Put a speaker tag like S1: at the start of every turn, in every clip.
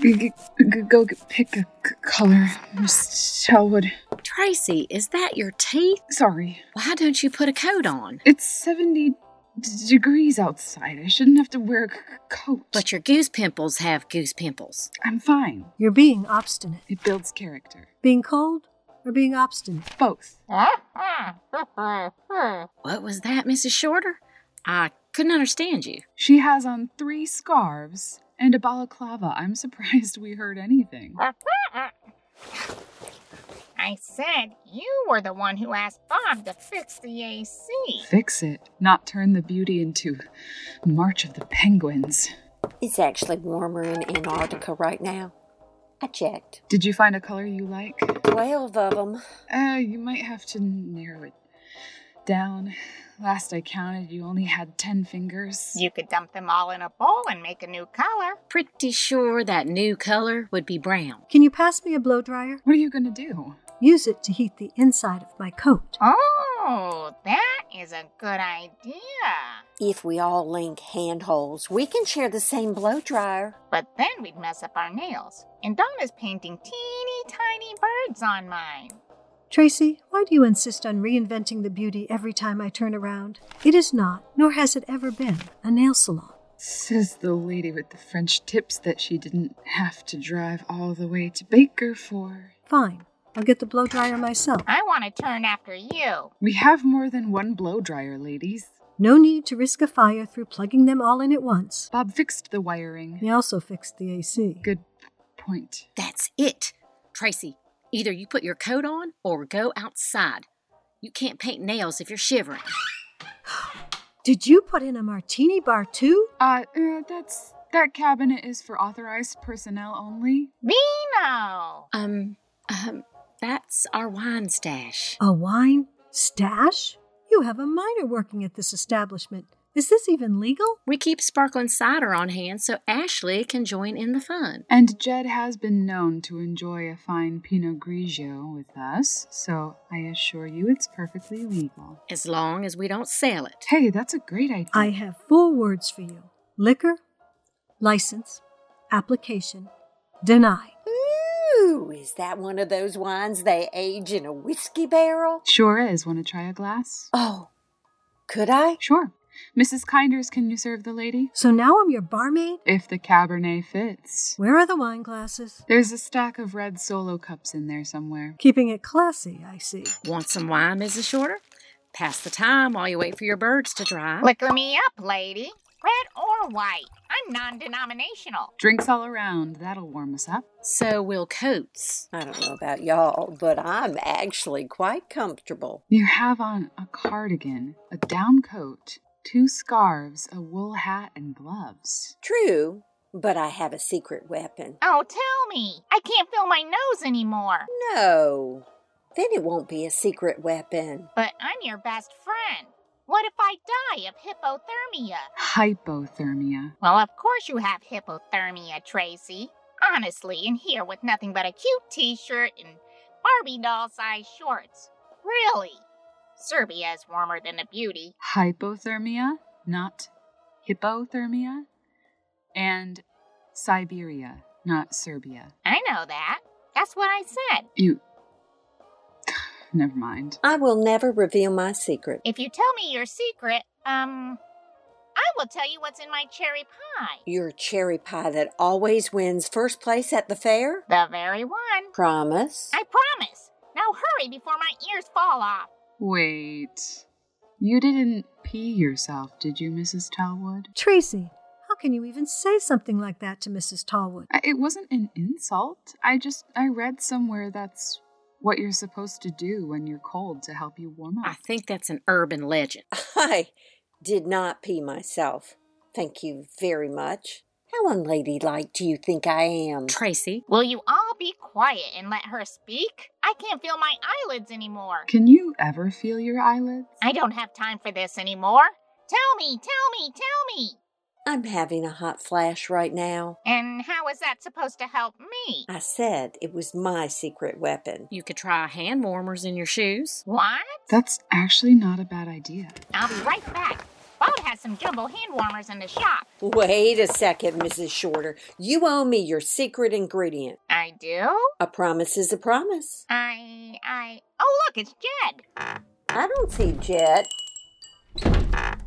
S1: G- g- go g- pick a c- color, Miss Talwood.
S2: Tracy, is that your teeth?
S1: Sorry.
S2: Why don't you put a coat on?
S1: It's 70 d- degrees outside. I shouldn't have to wear a c- coat.
S2: But your goose pimples have goose pimples.
S1: I'm fine.
S3: You're being obstinate.
S1: It builds character.
S3: Being cold or being obstinate?
S1: Both.
S2: What was that, Mrs. Shorter? I couldn't understand you.
S1: She has on three scarves and a balaclava. I'm surprised we heard anything.
S4: I said you were the one who asked Bob to fix the AC.
S1: Fix it, not turn the beauty into March of the Penguins.
S5: It's actually warmer in Antarctica right now. I checked.
S1: Did you find a color you like?
S5: Twelve of them.
S1: Uh, you might have to narrow it down. Last I counted, you only had ten fingers.
S4: You could dump them all in a bowl and make a new color.
S2: Pretty sure that new color would be brown.
S3: Can you pass me a blow dryer?
S1: What are you gonna do?
S3: Use it to heat the inside of my coat.
S4: Oh, that is a good idea.
S5: If we all link handholds, we can share the same blow dryer.
S4: But then we'd mess up our nails. And Donna's painting teeny tiny birds on mine.
S3: Tracy, why do you insist on reinventing the beauty every time I turn around? It is not, nor has it ever been, a nail salon.
S1: Says the lady with the French tips that she didn't have to drive all the way to Baker for.
S3: Fine, I'll get the blow dryer myself.
S4: I want to turn after you.
S1: We have more than one blow dryer, ladies.
S3: No need to risk a fire through plugging them all in at once.
S1: Bob fixed the wiring.
S3: He also fixed the AC.
S1: Good p- point.
S2: That's it. Tracy, either you put your coat on or go outside. You can't paint nails if you're shivering.
S3: Did you put in a martini bar too?
S1: Uh, uh that's that cabinet is for authorized personnel only.
S4: Vino!
S2: Um, um, that's our wine stash.
S3: A wine stash? You have a minor working at this establishment. Is this even legal?
S2: We keep sparkling cider on hand so Ashley can join in the fun.
S1: And Jed has been known to enjoy a fine Pinot Grigio with us, so I assure you it's perfectly legal.
S2: As long as we don't sell it.
S1: Hey, that's a great idea.
S3: I have four words for you liquor, license, application, denied.
S5: Ooh, is that one of those wines they age in a whiskey barrel?
S1: Sure is. Want to try a glass?
S5: Oh, could I?
S1: Sure. Mrs. Kinders, can you serve the lady?
S3: So now I'm your barmaid?
S1: If the Cabernet fits.
S3: Where are the wine glasses?
S1: There's a stack of red solo cups in there somewhere.
S3: Keeping it classy, I see.
S2: Want some wine, Mrs. Shorter? Pass the time while you wait for your birds to dry.
S4: Liquor me up, lady. Red or white. I'm non denominational.
S1: Drinks all around. That'll warm us up.
S2: So will coats.
S5: I don't know about y'all, but I'm actually quite comfortable.
S1: You have on a cardigan, a down coat, two scarves, a wool hat, and gloves.
S5: True, but I have a secret weapon.
S4: Oh, tell me. I can't feel my nose anymore.
S5: No, then it won't be a secret weapon.
S4: But I'm your best friend. What if I die of hypothermia?
S1: Hypothermia.
S4: Well, of course you have hypothermia, Tracy. Honestly, in here with nothing but a cute t shirt and Barbie doll sized shorts. Really? Serbia is warmer than a beauty.
S1: Hypothermia, not hippothermia. And Siberia, not Serbia.
S4: I know that. That's what I said.
S1: You. Never mind.
S5: I will never reveal my secret.
S4: If you tell me your secret, um, I will tell you what's in my cherry pie.
S5: Your cherry pie that always wins first place at the fair?
S4: The very one.
S5: Promise.
S4: I promise. Now hurry before my ears fall off.
S1: Wait. You didn't pee yourself, did you, Mrs. Talwood?
S3: Tracy, how can you even say something like that to Mrs. Tallwood?
S1: I- It wasn't an insult. I just. I read somewhere that's what you're supposed to do when you're cold to help you warm
S2: I
S1: up.
S2: think that's an urban legend.
S5: I did not pee myself. Thank you very much. How unladylike do you think I am?
S2: Tracy,
S4: Will you all be quiet and let her speak? I can't feel my eyelids anymore.
S1: Can you ever feel your eyelids?
S4: I don't have time for this anymore. Tell me, tell me, tell me.
S5: I'm having a hot flash right now.
S4: And how is that supposed to help me?
S5: I said it was my secret weapon.
S2: you could try hand warmers in your shoes.
S4: What?
S1: That's actually not a bad idea.
S4: I'll be right back. Bob has some jumbo hand warmers in the shop.
S5: Wait a second, Mrs. Shorter. You owe me your secret ingredient.
S4: I do?
S5: A promise is a promise.
S4: I. I. Oh, look, it's Jed.
S5: I don't see Jet.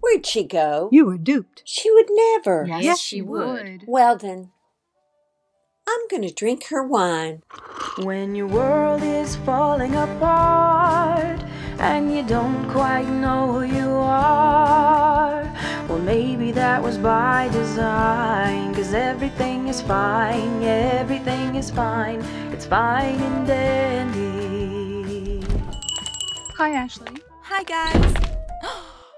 S5: Where'd she go?
S3: You were duped.
S5: She would never.
S1: Yes,
S2: Yes,
S1: she
S2: she
S1: would.
S2: would.
S5: Well, then, I'm going to drink her wine.
S6: When your world is falling apart and you don't quite know who you are, well, maybe that was by design, 'cause everything is fine, everything is fine, it's fine and dandy.
S1: Hi, Ashley.
S7: Hi, guys.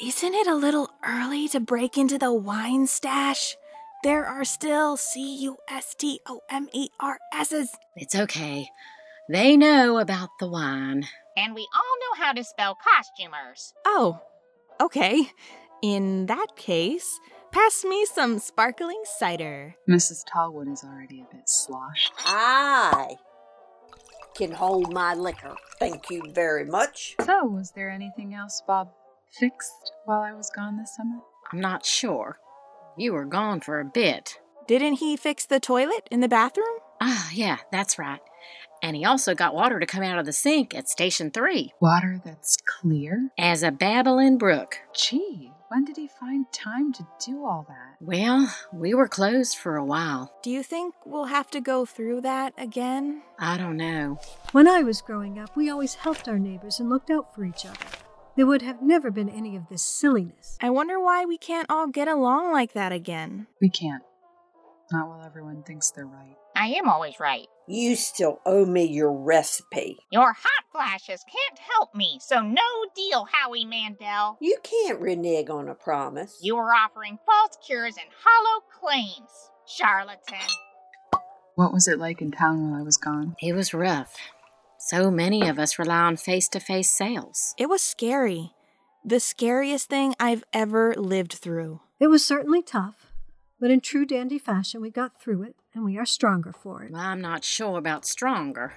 S7: Isn't it a little early to break into the wine stash? There are still C U S T O M E R S's.
S2: It's okay. They know about the wine.
S4: And we all know how to spell costumers.
S7: Oh, okay. In that case, pass me some sparkling cider.
S1: Mrs. Tallwood is already a bit sloshed.
S5: I can hold my liquor. Thank you very much.
S1: So, was there anything else Bob fixed while I was gone this summer?
S2: I'm not sure. You were gone for a bit.
S7: Didn't he fix the toilet in the bathroom?
S2: Ah, yeah, that's right. And he also got water to come out of the sink at Station 3
S1: Water that's clear?
S2: as a babbling brook.
S1: Gee, when did he find time to do all that?
S2: Well, we were closed for a while.
S7: Do you think we'll have to go through that again?
S2: I don't know.
S3: When I was growing up, we always helped our neighbors and looked out for each other. There would have never been any of this silliness.
S7: I wonder why we can't all get along like that again.
S1: We can't. Not while everyone thinks they're right.
S4: I am always right.
S5: You still owe me your recipe.
S4: Your hot flashes can't help me, so no deal, Howie Mandel.
S5: You can't renege on a promise.
S4: You are offering false cures and hollow claims, charlatan.
S1: What was it like in town while I was gone?
S2: It was rough. So many of us rely on face to face sales.
S7: It was scary. The scariest thing I've ever lived through.
S3: It was certainly tough, but in true dandy fashion, we got through it and we are stronger for it.
S2: Well, I'm not sure about stronger,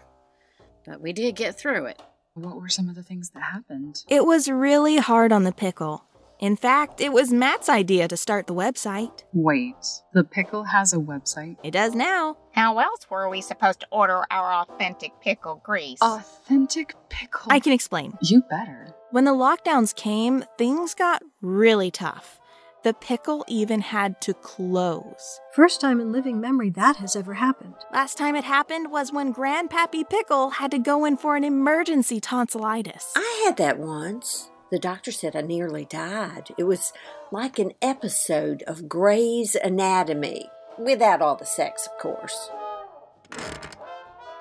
S2: but we did get through it.
S1: What were some of the things that happened?
S7: It was really hard on the pickle. In fact, it was Matt's idea to start the website.
S1: Wait, the pickle has a website.
S7: It does now.
S4: How else were we supposed to order our authentic pickle grease?
S1: Authentic pickle.
S7: I can explain.
S1: You better.
S7: When the lockdowns came, things got really tough. The pickle even had to close.
S3: First time in living memory that has ever happened.
S7: Last time it happened was when Grandpappy Pickle had to go in for an emergency tonsillitis.
S5: I had that once. The doctor said I nearly died. It was like an episode of Grey's Anatomy, without all the sex, of course.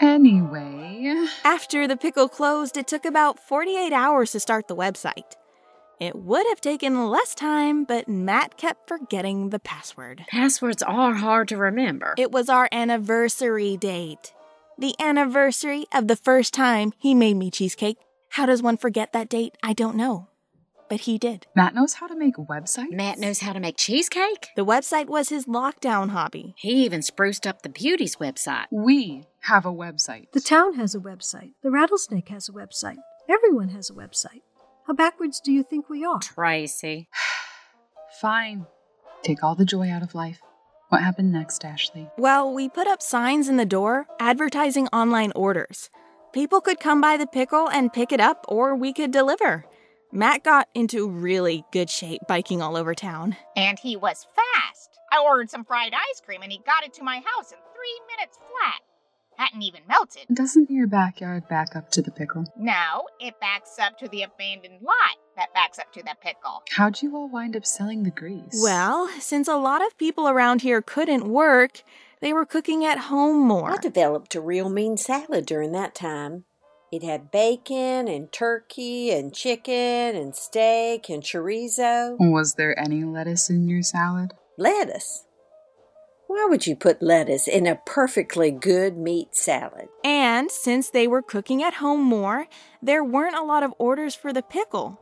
S1: Anyway,
S7: After the pickle closed, it took about 48 hours to start the website. It would have taken less time, but Matt kept forgetting the password.
S2: Passwords are hard to remember.
S7: It was our anniversary date. The anniversary of the first time he made me cheesecake. How does one forget that date? I don't know. But he did.
S1: Matt knows how to make websites.
S2: Matt knows how to make cheesecake.
S7: The website was his lockdown hobby.
S2: He even spruced up the beauty's website.
S1: We have a website.
S3: The town has a website, the rattlesnake has a website, everyone has a website. How backwards do you think we are?
S2: Tracy.
S1: Fine. Take all the joy out of life. What happened next, Ashley?
S7: Well, we put up signs in the door advertising online orders. People could come by the pickle and pick it up, or we could deliver. Matt got into really good shape biking all over town.
S4: and he was fast. I ordered some fried ice cream and he got it to my house in three minutes flat. Hadn't even melted.
S1: Doesn't your backyard back up to the pickle?
S4: No, it backs up to the abandoned lot that backs up to the pickle.
S1: How'd you all wind up selling the grease?
S7: Well, since a lot of people around here couldn't work, they were cooking at home more.
S5: I developed a real mean salad during that time. It had bacon and turkey and chicken and steak and chorizo.
S1: Was there any lettuce in your salad?
S5: Lettuce. Why would you put lettuce in a perfectly good meat salad?
S7: And since they were cooking at home more, there weren't a lot of orders for the pickle.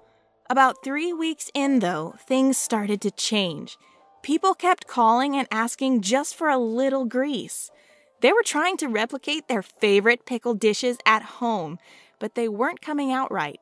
S7: About three weeks in, though, things started to change. People kept calling and asking just for a little grease. They were trying to replicate their favorite pickle dishes at home, but they weren't coming out right.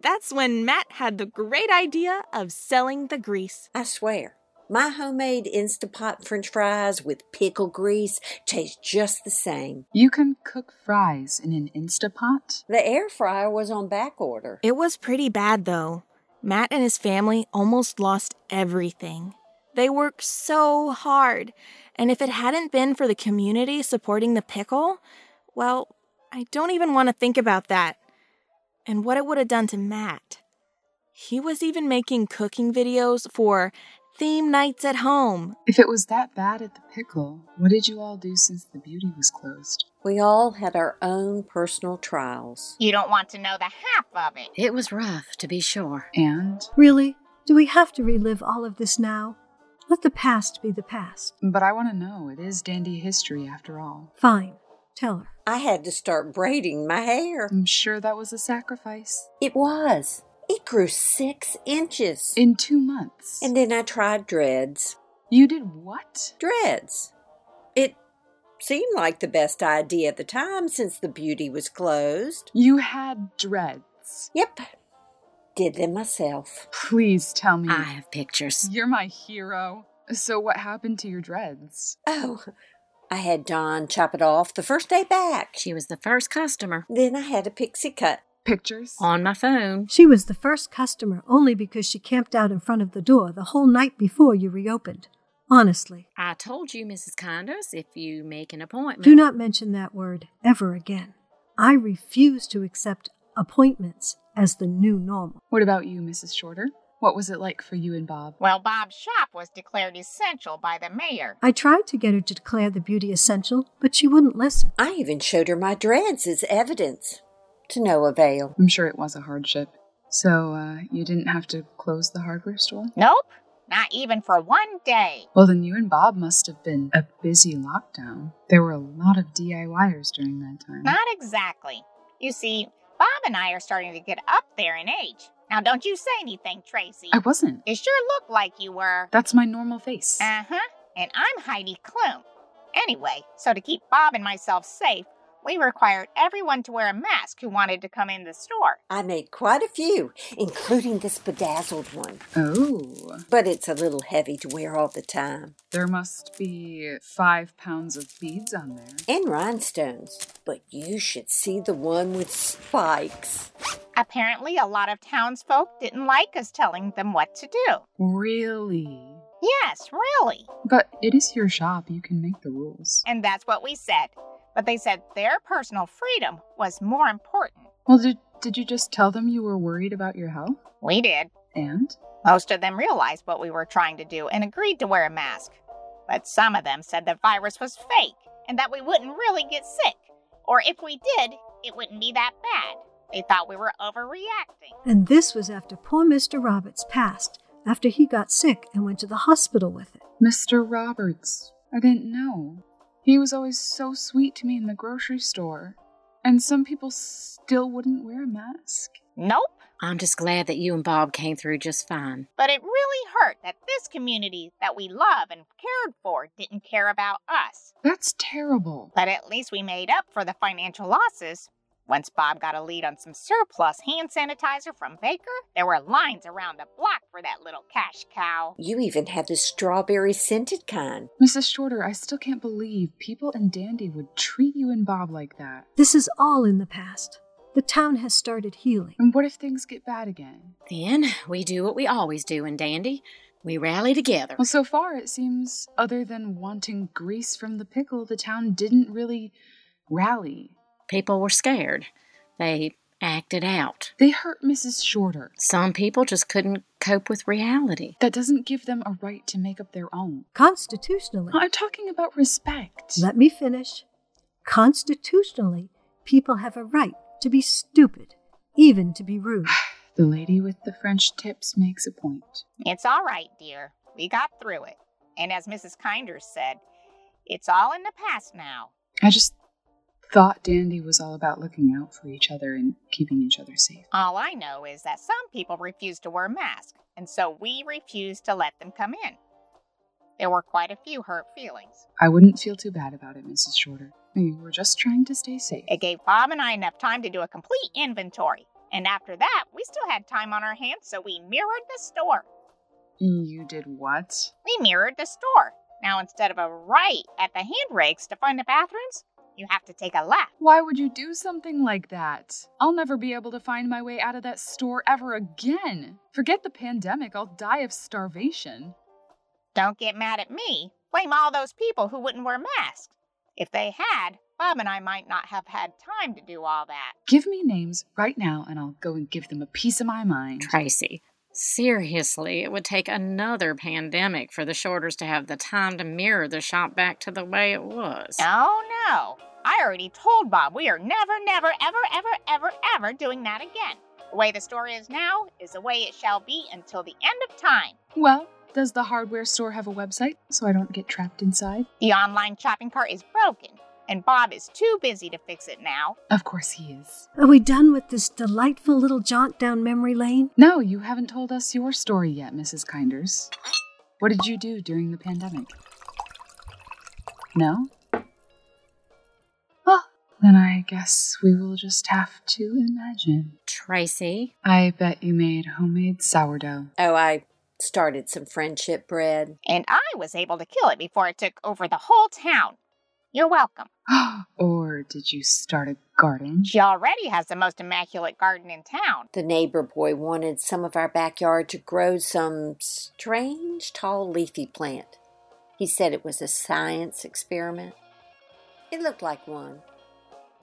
S7: That's when Matt had the great idea of selling the grease.
S5: I swear. My homemade Instapot french fries with pickle grease taste just the same.
S1: You can cook fries in an Instapot?
S5: The air fryer was on back order.
S7: It was pretty bad, though. Matt and his family almost lost everything. They worked so hard, and if it hadn't been for the community supporting the pickle, well, I don't even want to think about that. And what it would have done to Matt. He was even making cooking videos for theme nights at home.
S1: If it was that bad at the pickle, what did you all do since the beauty was closed?
S5: We all had our own personal trials.
S4: You don't want to know the half of it.
S2: It was rough, to be sure.
S1: And?
S3: Really? Do we have to relive all of this now? Let the past be the past.
S1: But I want to know, it is dandy history after all.
S3: Fine. Tell her.
S5: I had to start braiding my hair.
S1: I'm sure that was a sacrifice.
S5: It was. It grew six inches.
S1: In two months.
S5: and then I tried dreads.
S1: you did what?
S5: Dreads. It seemed like the best idea at the time since the beauty was closed.
S1: You had dreads.
S5: Yep. Did them myself.
S1: Please tell me.
S2: I have pictures.
S1: You're my hero. So, what happened to your dreads?
S5: Oh, I had Don chop it off the first day back.
S2: She was the first customer
S5: Then I had a pixie cut.
S1: Pictures?
S2: on my phone.
S3: She was the first customer only because she camped out in front of the door the whole night before you reopened. Honestly,
S2: I told you, Mrs. Condos, if you make an appointment.
S3: do not mention that word ever again. I refuse to accept appointments as the new normal.
S1: What about you, Mrs. Shorter? What was it like for you and Bob?
S4: Well, Bob's shop was declared essential by the mayor.
S3: I tried to get her to declare the beauty essential, but she wouldn't listen.
S5: I even showed her my dreads as evidence. To no avail.
S1: I'm sure it was a hardship. So, uh, you didn't have to close the hardware store?
S4: Nope, not even for one day.
S1: Well, then you and Bob must have been a busy lockdown. There were a lot of DIYers during that time.
S4: Not exactly. You see, Bob and I are starting to get up there in age. Now, don't you say anything, Tracy.
S1: I wasn't.
S4: It sure looked like you were.
S1: That's my normal face.
S4: Uh huh. And I'm Heidi Klum. Anyway, so to keep Bob and myself safe, we required everyone to wear a mask who wanted to come in the store.
S5: I made quite a few, including this bedazzled one.
S1: Oh,
S5: But it's a little heavy to wear all the time.
S1: there must be five pounds of beads on there.
S5: And rhinestones. But you should see the one with spikes.
S4: Apparently, a lot of townsfolk didn't like us telling them what to do.
S1: Really?
S4: Yes, really.
S1: But it is your shop. You can make the rules.
S4: And that's what we said. But they said their personal freedom was more important.
S1: Well, did, did you just tell them you were worried about your health?
S4: We did.
S1: And?
S4: Most of them realized what we were trying to do and agreed to wear a mask. But some of them said the virus was fake and that we wouldn't really get sick. Or if we did, it wouldn't be that bad. They thought we were overreacting.
S3: And this was after poor Mr. Roberts passed, after he got sick and went to the hospital with it.
S1: Mr. Roberts. I didn't know. He was always so sweet to me in the grocery store. And some people still wouldn't wear a mask.
S4: Nope.
S2: I'm just glad that you and Bob came through just fine.
S4: But it really hurt that this community that we love and cared for didn't care about us.
S1: That's terrible.
S4: But at least we made up for the financial losses. Once Bob got a lead on some surplus hand sanitizer from Baker, there were lines around the block for that little cash cow.
S5: You even had the strawberry scented kind.
S1: Mrs. Shorter, I still can't believe people in Dandy would treat you and Bob like that.
S3: This is all in the past. The town has started healing.
S1: And what if things get bad again?
S2: Then we do what we always do in Dandy we rally together.
S1: Well, so far, it seems, other than wanting grease from the pickle, the town didn't really rally.
S2: People were scared, they acted out.
S1: They hurt Mrs. Shorter.
S2: Some people just couldn't cope with reality.
S1: That doesn't give them a right to make up their own.
S3: Constitutionally,
S1: I'm talking about respect.
S3: Let me finish. Constitutionally, people have a right to be stupid, even to be rude.
S1: The lady with the French tips makes a point.
S4: It's all right, dear. We got through it. And as Mrs. Kinder said, it's all in the past now.
S1: I just thought Dandy was all about looking out for each other and keeping each other safe.
S4: All I know is that some people refused to wear masks, and so we refused to let them come in. There were quite a few hurt feelings.
S1: I wouldn't feel too bad about it, Mrs. Shorter. We were just trying to stay safe.
S4: It gave Bob and I enough time to do a complete inventory And after that, we still had time on our hands, so we mirrored the store.
S1: You did what?
S4: We mirrored the store. Now, instead of a right at the hand rakes to find the bathrooms, you have to take a left.
S1: Why would you do something like that? I'll never be able to find my way out of that store ever again. Forget the pandemic, I'll die of starvation.
S4: Don't get mad at me. Blame all those people who wouldn't wear masks. If they had, Bob and I might not have had time to do all that.
S1: Give me names right now and I'll go and give them a piece of my mind.
S2: Tracy, seriously, it would take another pandemic for the shorters to have the time to mirror the shop back to the way it was.
S4: No, Oh, no. I already told Bob we are never, never, ever, ever, ever, ever doing that again. The way the store is now is the way it shall be until the end of time.
S1: Well, does the hardware store have a website so I don't get trapped inside?
S4: The online shopping cart is broken, and Bob is too busy to fix it now.
S1: Of course he is.
S3: Are we done with this delightful little jaunt down memory lane?
S1: No, you haven't told us your story yet, Mrs. Kinders. What did you do during the pandemic? No? Well, then I guess we will just have to imagine.
S2: Tracy,
S1: I bet you made homemade sourdough.
S5: Oh, I started some friendship bread.
S4: And I was able to kill it before it took over the whole town. You're welcome.
S1: or did you start a garden?
S4: She already has the most immaculate garden in town.
S5: The neighbor boy wanted some of our backyard to grow some strange tall leafy plant. He said it was a science experiment. It looked like one.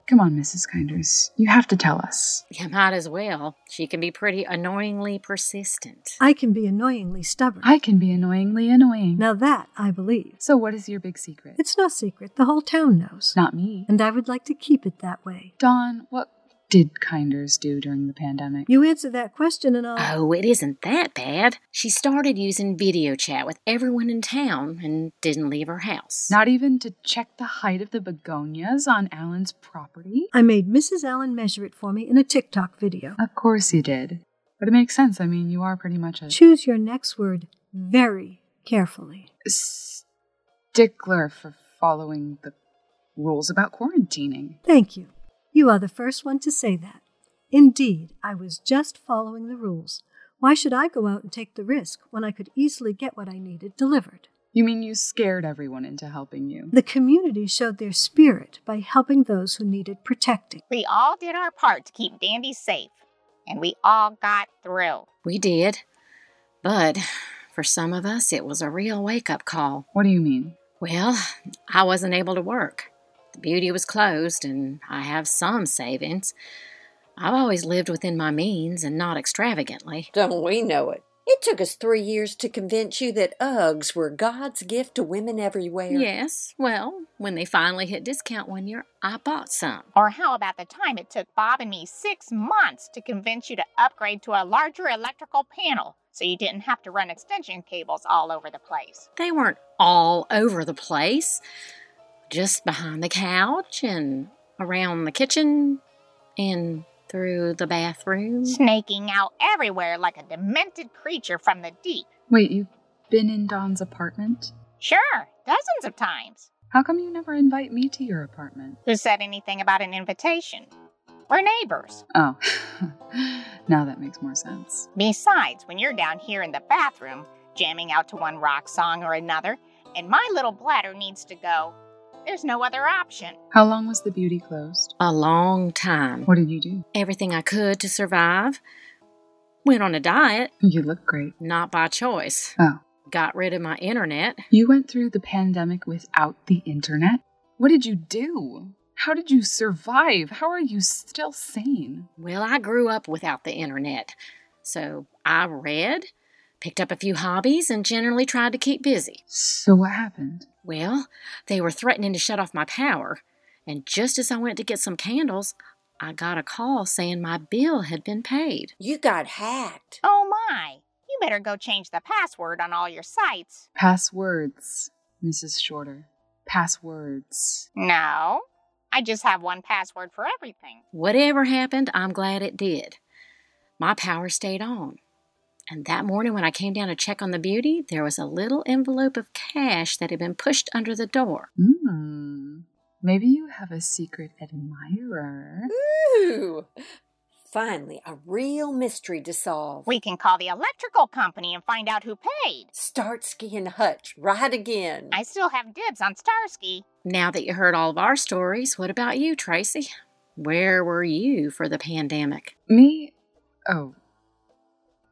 S1: Come on, Mrs. Kinders. You have to tell us.
S2: you might as well. She can be pretty annoyingly persistent.
S3: I can be annoyingly stubborn.
S1: I can be annoyingly annoying.
S3: Now that I believe.
S1: So, what is your big secret?
S3: It's no secret. The whole town knows.
S1: not me.
S3: And I would like to keep it that way.
S1: Don, what did Kinders do during the pandemic?
S3: You answer that question and I'll.
S2: Oh, it isn't that bad. She started using video chat with everyone in town and didn't leave her house.
S1: Not even to check the height of the begonias on Alan's property?
S3: I made Mrs. Allen measure it for me in a TikTok video.
S1: Of course you did. But it makes sense. I mean, you are pretty much
S2: Oh.
S1: a
S3: Choose your next word very carefully.
S1: stickler for following the rules about quarantining.
S3: Thank you. You are the first one to say that. Indeed, I was just following the rules. Why should I go out and take the risk when I could easily get what I needed delivered?
S1: You mean you scared everyone into helping you?
S3: The community showed their spirit by helping those who needed protecting.
S4: We all did our part to keep Dandy safe, and we all got through.
S2: We did. But for some of us, it was a real wake up call.
S1: What do you mean?
S2: Well, I wasn't able to work. The beauty was closed, and I have some savings. I've always lived within my means and not extravagantly.
S5: Don't we know it? It took us three years to convince you that Uggs were God's gift to women everywhere.
S2: Yes, well, when they finally hit discount one year, I bought some.
S4: Or how about the time it took Bob and me six months to convince you to upgrade to a larger electrical panel so you didn't have to run extension cables all over the place?
S2: They weren't all over the place, just behind the couch and around the kitchen and through the bathroom.
S4: Snaking out everywhere like a demented creature from the deep.
S1: Wait, you've been in Don's apartment?
S4: Sure, dozens of times.
S1: How come you never invite me to your apartment?
S4: Who said anything about an invitation? We're neighbors.
S1: Oh, now that makes more sense.
S4: Besides, when you're down here in the bathroom, jamming out to one rock song or another, and my little bladder needs to go, there's no other option.
S1: How long was the beauty closed?
S2: A long time.
S1: What did you do?
S2: Everything I could to survive. Went on a diet,
S1: You look great.
S2: not by choice.
S1: Oh,
S2: got rid of my internet.
S1: you went through the pandemic without the internet? What did you do? How did you survive? How are you still sane?
S2: Well, I grew up without the internet. So I read, picked up a few hobbies, and generally tried to keep busy.
S1: So, what happened?
S2: Well, they were threatening to shut off my power. And just as I went to get some candles, I got a call saying my bill had been paid.
S5: You got hacked.
S4: Oh my! You better go change the password on all your sites.
S1: Passwords, Mrs. Shorter. Passwords.
S4: No, I just have one password for everything.
S2: Whatever happened, I'm glad it did. My power stayed on. And that morning, when I came down to check on the beauty, there was a little envelope of cash that had been pushed under the door.
S1: Hmm. Maybe you have a secret admirer.
S5: Ooh. Finally, a real mystery to solve.
S4: We can call the electrical company and find out who paid.
S5: Starsky and Hutch, right again.
S4: I still have dibs on Starsky.
S2: Now that you heard all of our stories, what about you, Tracy? Where were you for the pandemic?
S1: Me? Oh.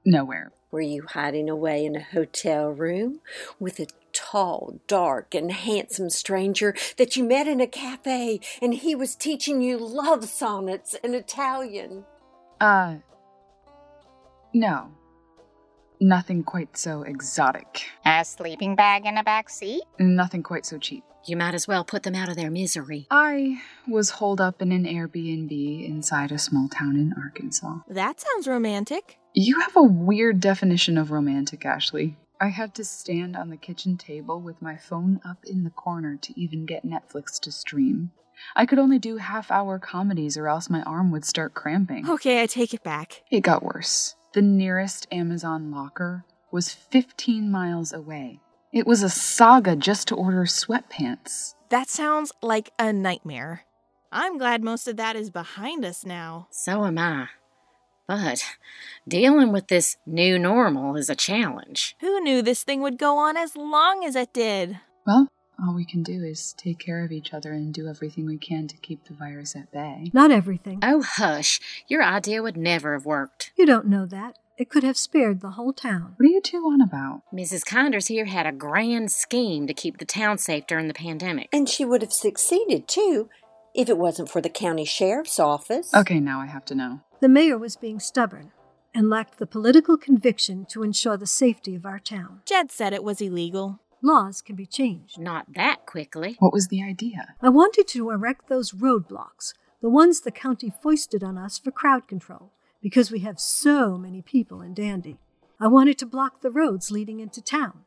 S1: Nowhere.
S5: Were you hiding away in a hotel room with a tall, dark, and handsome stranger that you met in a cafe and he was teaching you love sonnets in Italian?
S1: Uh. No. Nothing quite so exotic.
S4: A sleeping bag in a back seat?
S1: Nothing quite so cheap.
S2: You might as well put them out of their misery.
S1: I was holed up in an Airbnb inside a small town in Arkansas.
S7: That sounds romantic.
S1: You have a weird definition of romantic, Ashley. I had to stand on the kitchen table with my phone up in the corner to even get Netflix to stream. I could only do half hour comedies or else my arm would start cramping.
S7: Okay, I take it back.
S1: It got worse. The nearest Amazon locker was 15 miles away. It was a saga just to order sweatpants.
S7: That sounds like a nightmare. I'm glad most of that is behind us now.
S2: So am I. But dealing with this new normal is a challenge.
S7: Who knew this thing would go on as long as it did?
S1: Well, all we can do is take care of each other and do everything we can to keep the virus at bay.
S3: Not everything.
S2: Oh, hush. Your idea would never have worked.
S3: You don't know that. It could have spared the whole town.
S1: What are you two on about?
S2: Mrs. Condors here had a grand scheme to keep the town safe during the pandemic.
S5: And she would have succeeded, too, if it wasn't for the county sheriff's office.
S1: Okay, now I have to know.
S3: The mayor was being stubborn and lacked the political conviction to ensure the safety of our town.
S7: Jed said it was illegal.
S3: Laws can be changed.
S2: Not that quickly.
S1: What was the idea?
S3: I wanted to erect those roadblocks, the ones the county foisted on us for crowd control, because we have so many people in Dandy. I wanted to block the roads leading into town.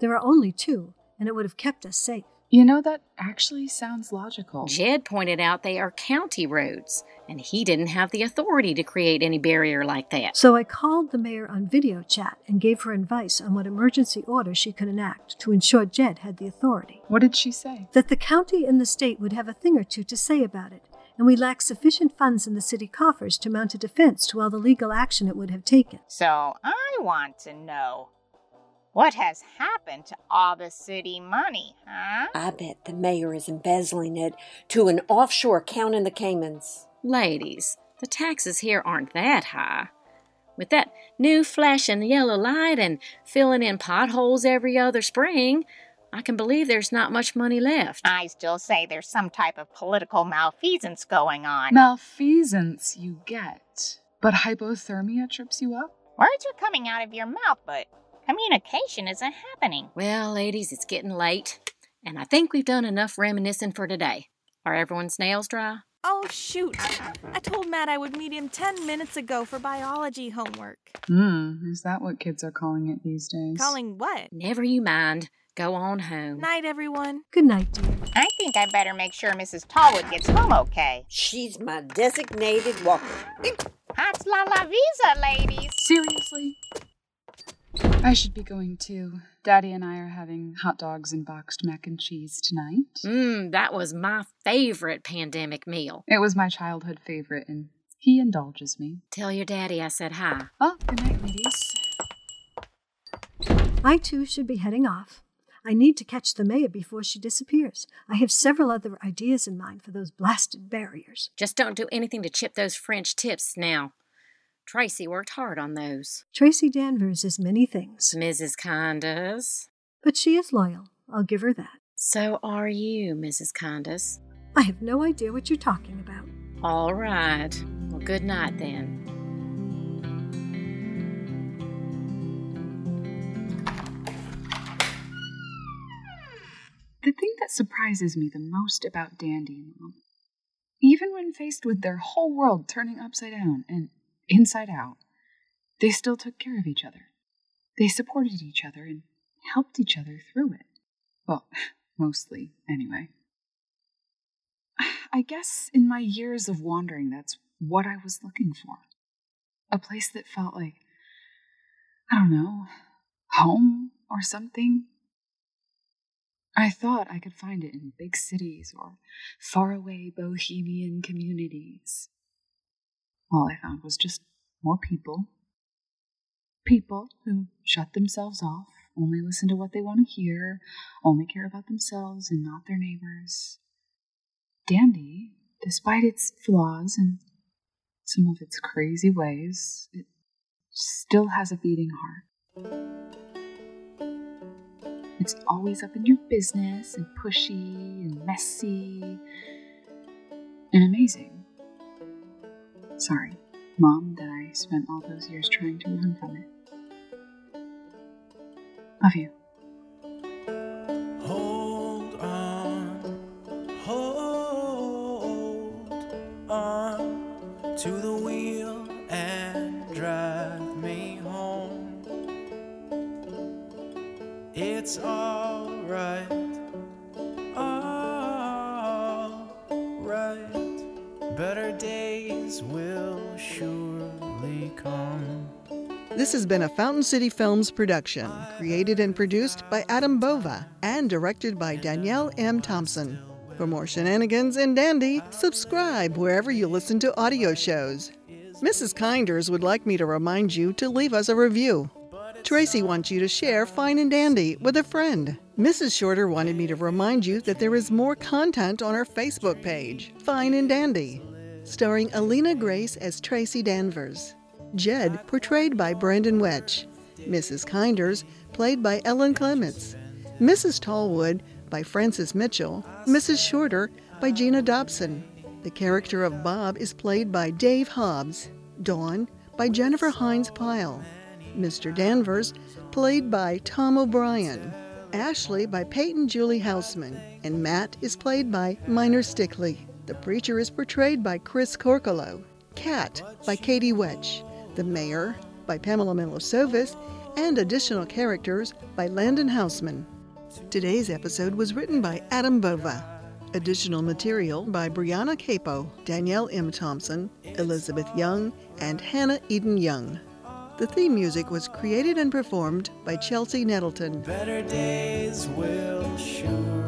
S3: There are only two, and it would have kept us safe.
S1: You know, that actually sounds logical.
S2: Jed pointed out they are county roads, and he didn't have the authority to create any barrier like that.
S3: So I called the mayor on video chat and gave her advice on what emergency orders she could enact to ensure Jed had the authority.
S1: What did she say?
S3: That the county and the state would have a thing or two to say about it, and we lack sufficient funds in the city coffers to mount a defense to all the legal action it would have taken.
S4: So I want to know what has happened to all the city money, huh?
S5: I bet the mayor is embezzling it to an offshore account in the Caymans.
S2: Ladies, the taxes here aren't that high. With that new flashing yellow light and filling in potholes every other spring, I can believe there's not much money left.
S4: I still say there's some type of political malfeasance going on.
S1: Malfeasance you get, but hypothermia trips you up?
S4: Words are coming out of your mouth, but communication isn't happening.
S2: Well, ladies, it's getting late, and I think we've done enough reminiscing for today. Are everyone's nails dry?
S7: Oh, shoot. I told Matt I would meet him 10 minutes ago for biology homework.
S1: Hmm, is that what kids are calling it these days?
S7: Calling what?
S2: Never you mind. Go on home.
S7: Night, everyone.
S3: Good night, dear.
S4: I think I better make sure Mrs. Tallwood gets home okay.
S5: She's my designated walker.
S4: Hats la la visa, ladies.
S1: Seriously? I should be going too. Daddy and I are having hot dogs and boxed mac and cheese tonight.
S2: Mmm, that was my favorite pandemic meal.
S1: It was my childhood favorite, and he indulges me.
S2: Tell your daddy I said hi.
S1: Well, good night, ladies.
S3: I too should be heading off. I need to catch the mayor before she disappears. I have several other ideas in mind for those blasted barriers.
S2: Just don't do anything to chip those French tips now. Tracy worked hard on those.
S3: Tracy Danvers is many things,
S2: Mrs. Condas.
S3: but she is loyal. I'll give her that.
S2: So are you, Mrs. Condas.
S3: I have no idea what you're talking about.
S2: All right. Well, good night then.
S1: The thing that surprises me the most about Dandy, Mom, even when faced with their whole world turning upside down and inside out, they still took care of each other. They supported each other and helped each other through it. Well, mostly, anyway. I guess in my years of wandering, that's what I was looking for. A place that felt like, I don't know, home or something. I thought I could find it in big cities or faraway bohemian communities. All I found was just more people. People who shut themselves off, only listen to what they want to hear, only care about themselves and not their neighbors. Dandy, despite its flaws and some of its crazy ways, it still has a beating heart. It's always up in your business and pushy and messy and amazing. Sorry, Mom, that I spent all those years trying to run from it. Love you.
S8: Hold on, hold on to the wheel and drive me home. It's alright, alright. Better days will surely come.
S9: This has been a Fountain City Films production, created and produced by Adam Bova and directed by Danielle M. Thompson. For more shenanigans and dandy, subscribe wherever you listen to audio shows. Mrs. Kinders would like me to remind you to leave us a review. Tracy wants you to share Fine and Dandy with a friend. Mrs. Shorter wanted me to remind you that there is more content on our Facebook page, Fine and Dandy, starring Alina Grace as Tracy Danvers. Jed, portrayed by Brandon Wetch. Mrs. Kinders, played by Ellen Clements. Mrs. Tallwood, by Frances Mitchell. Mrs. Shorter, by Gina Dobson. The character of Bob is played by Dave Hobbs. Dawn, by Jennifer Hines Pyle. Mr. Danvers, played by Tom O'Brien. Ashley by Peyton Julie Houseman, and Matt is played by Minor Stickley. The preacher is portrayed by Chris Corcolo. Cat by Katie Wetch. The Mayor by Pamela Milosevis, and additional characters by Landon Houseman. Today's episode was written by Adam Bova. Additional material by Brianna Capo, Danielle M. Thompson, Elizabeth Young, and Hannah Eden Young. The theme music was created and performed by Chelsea Nettleton.
S8: Better days will surely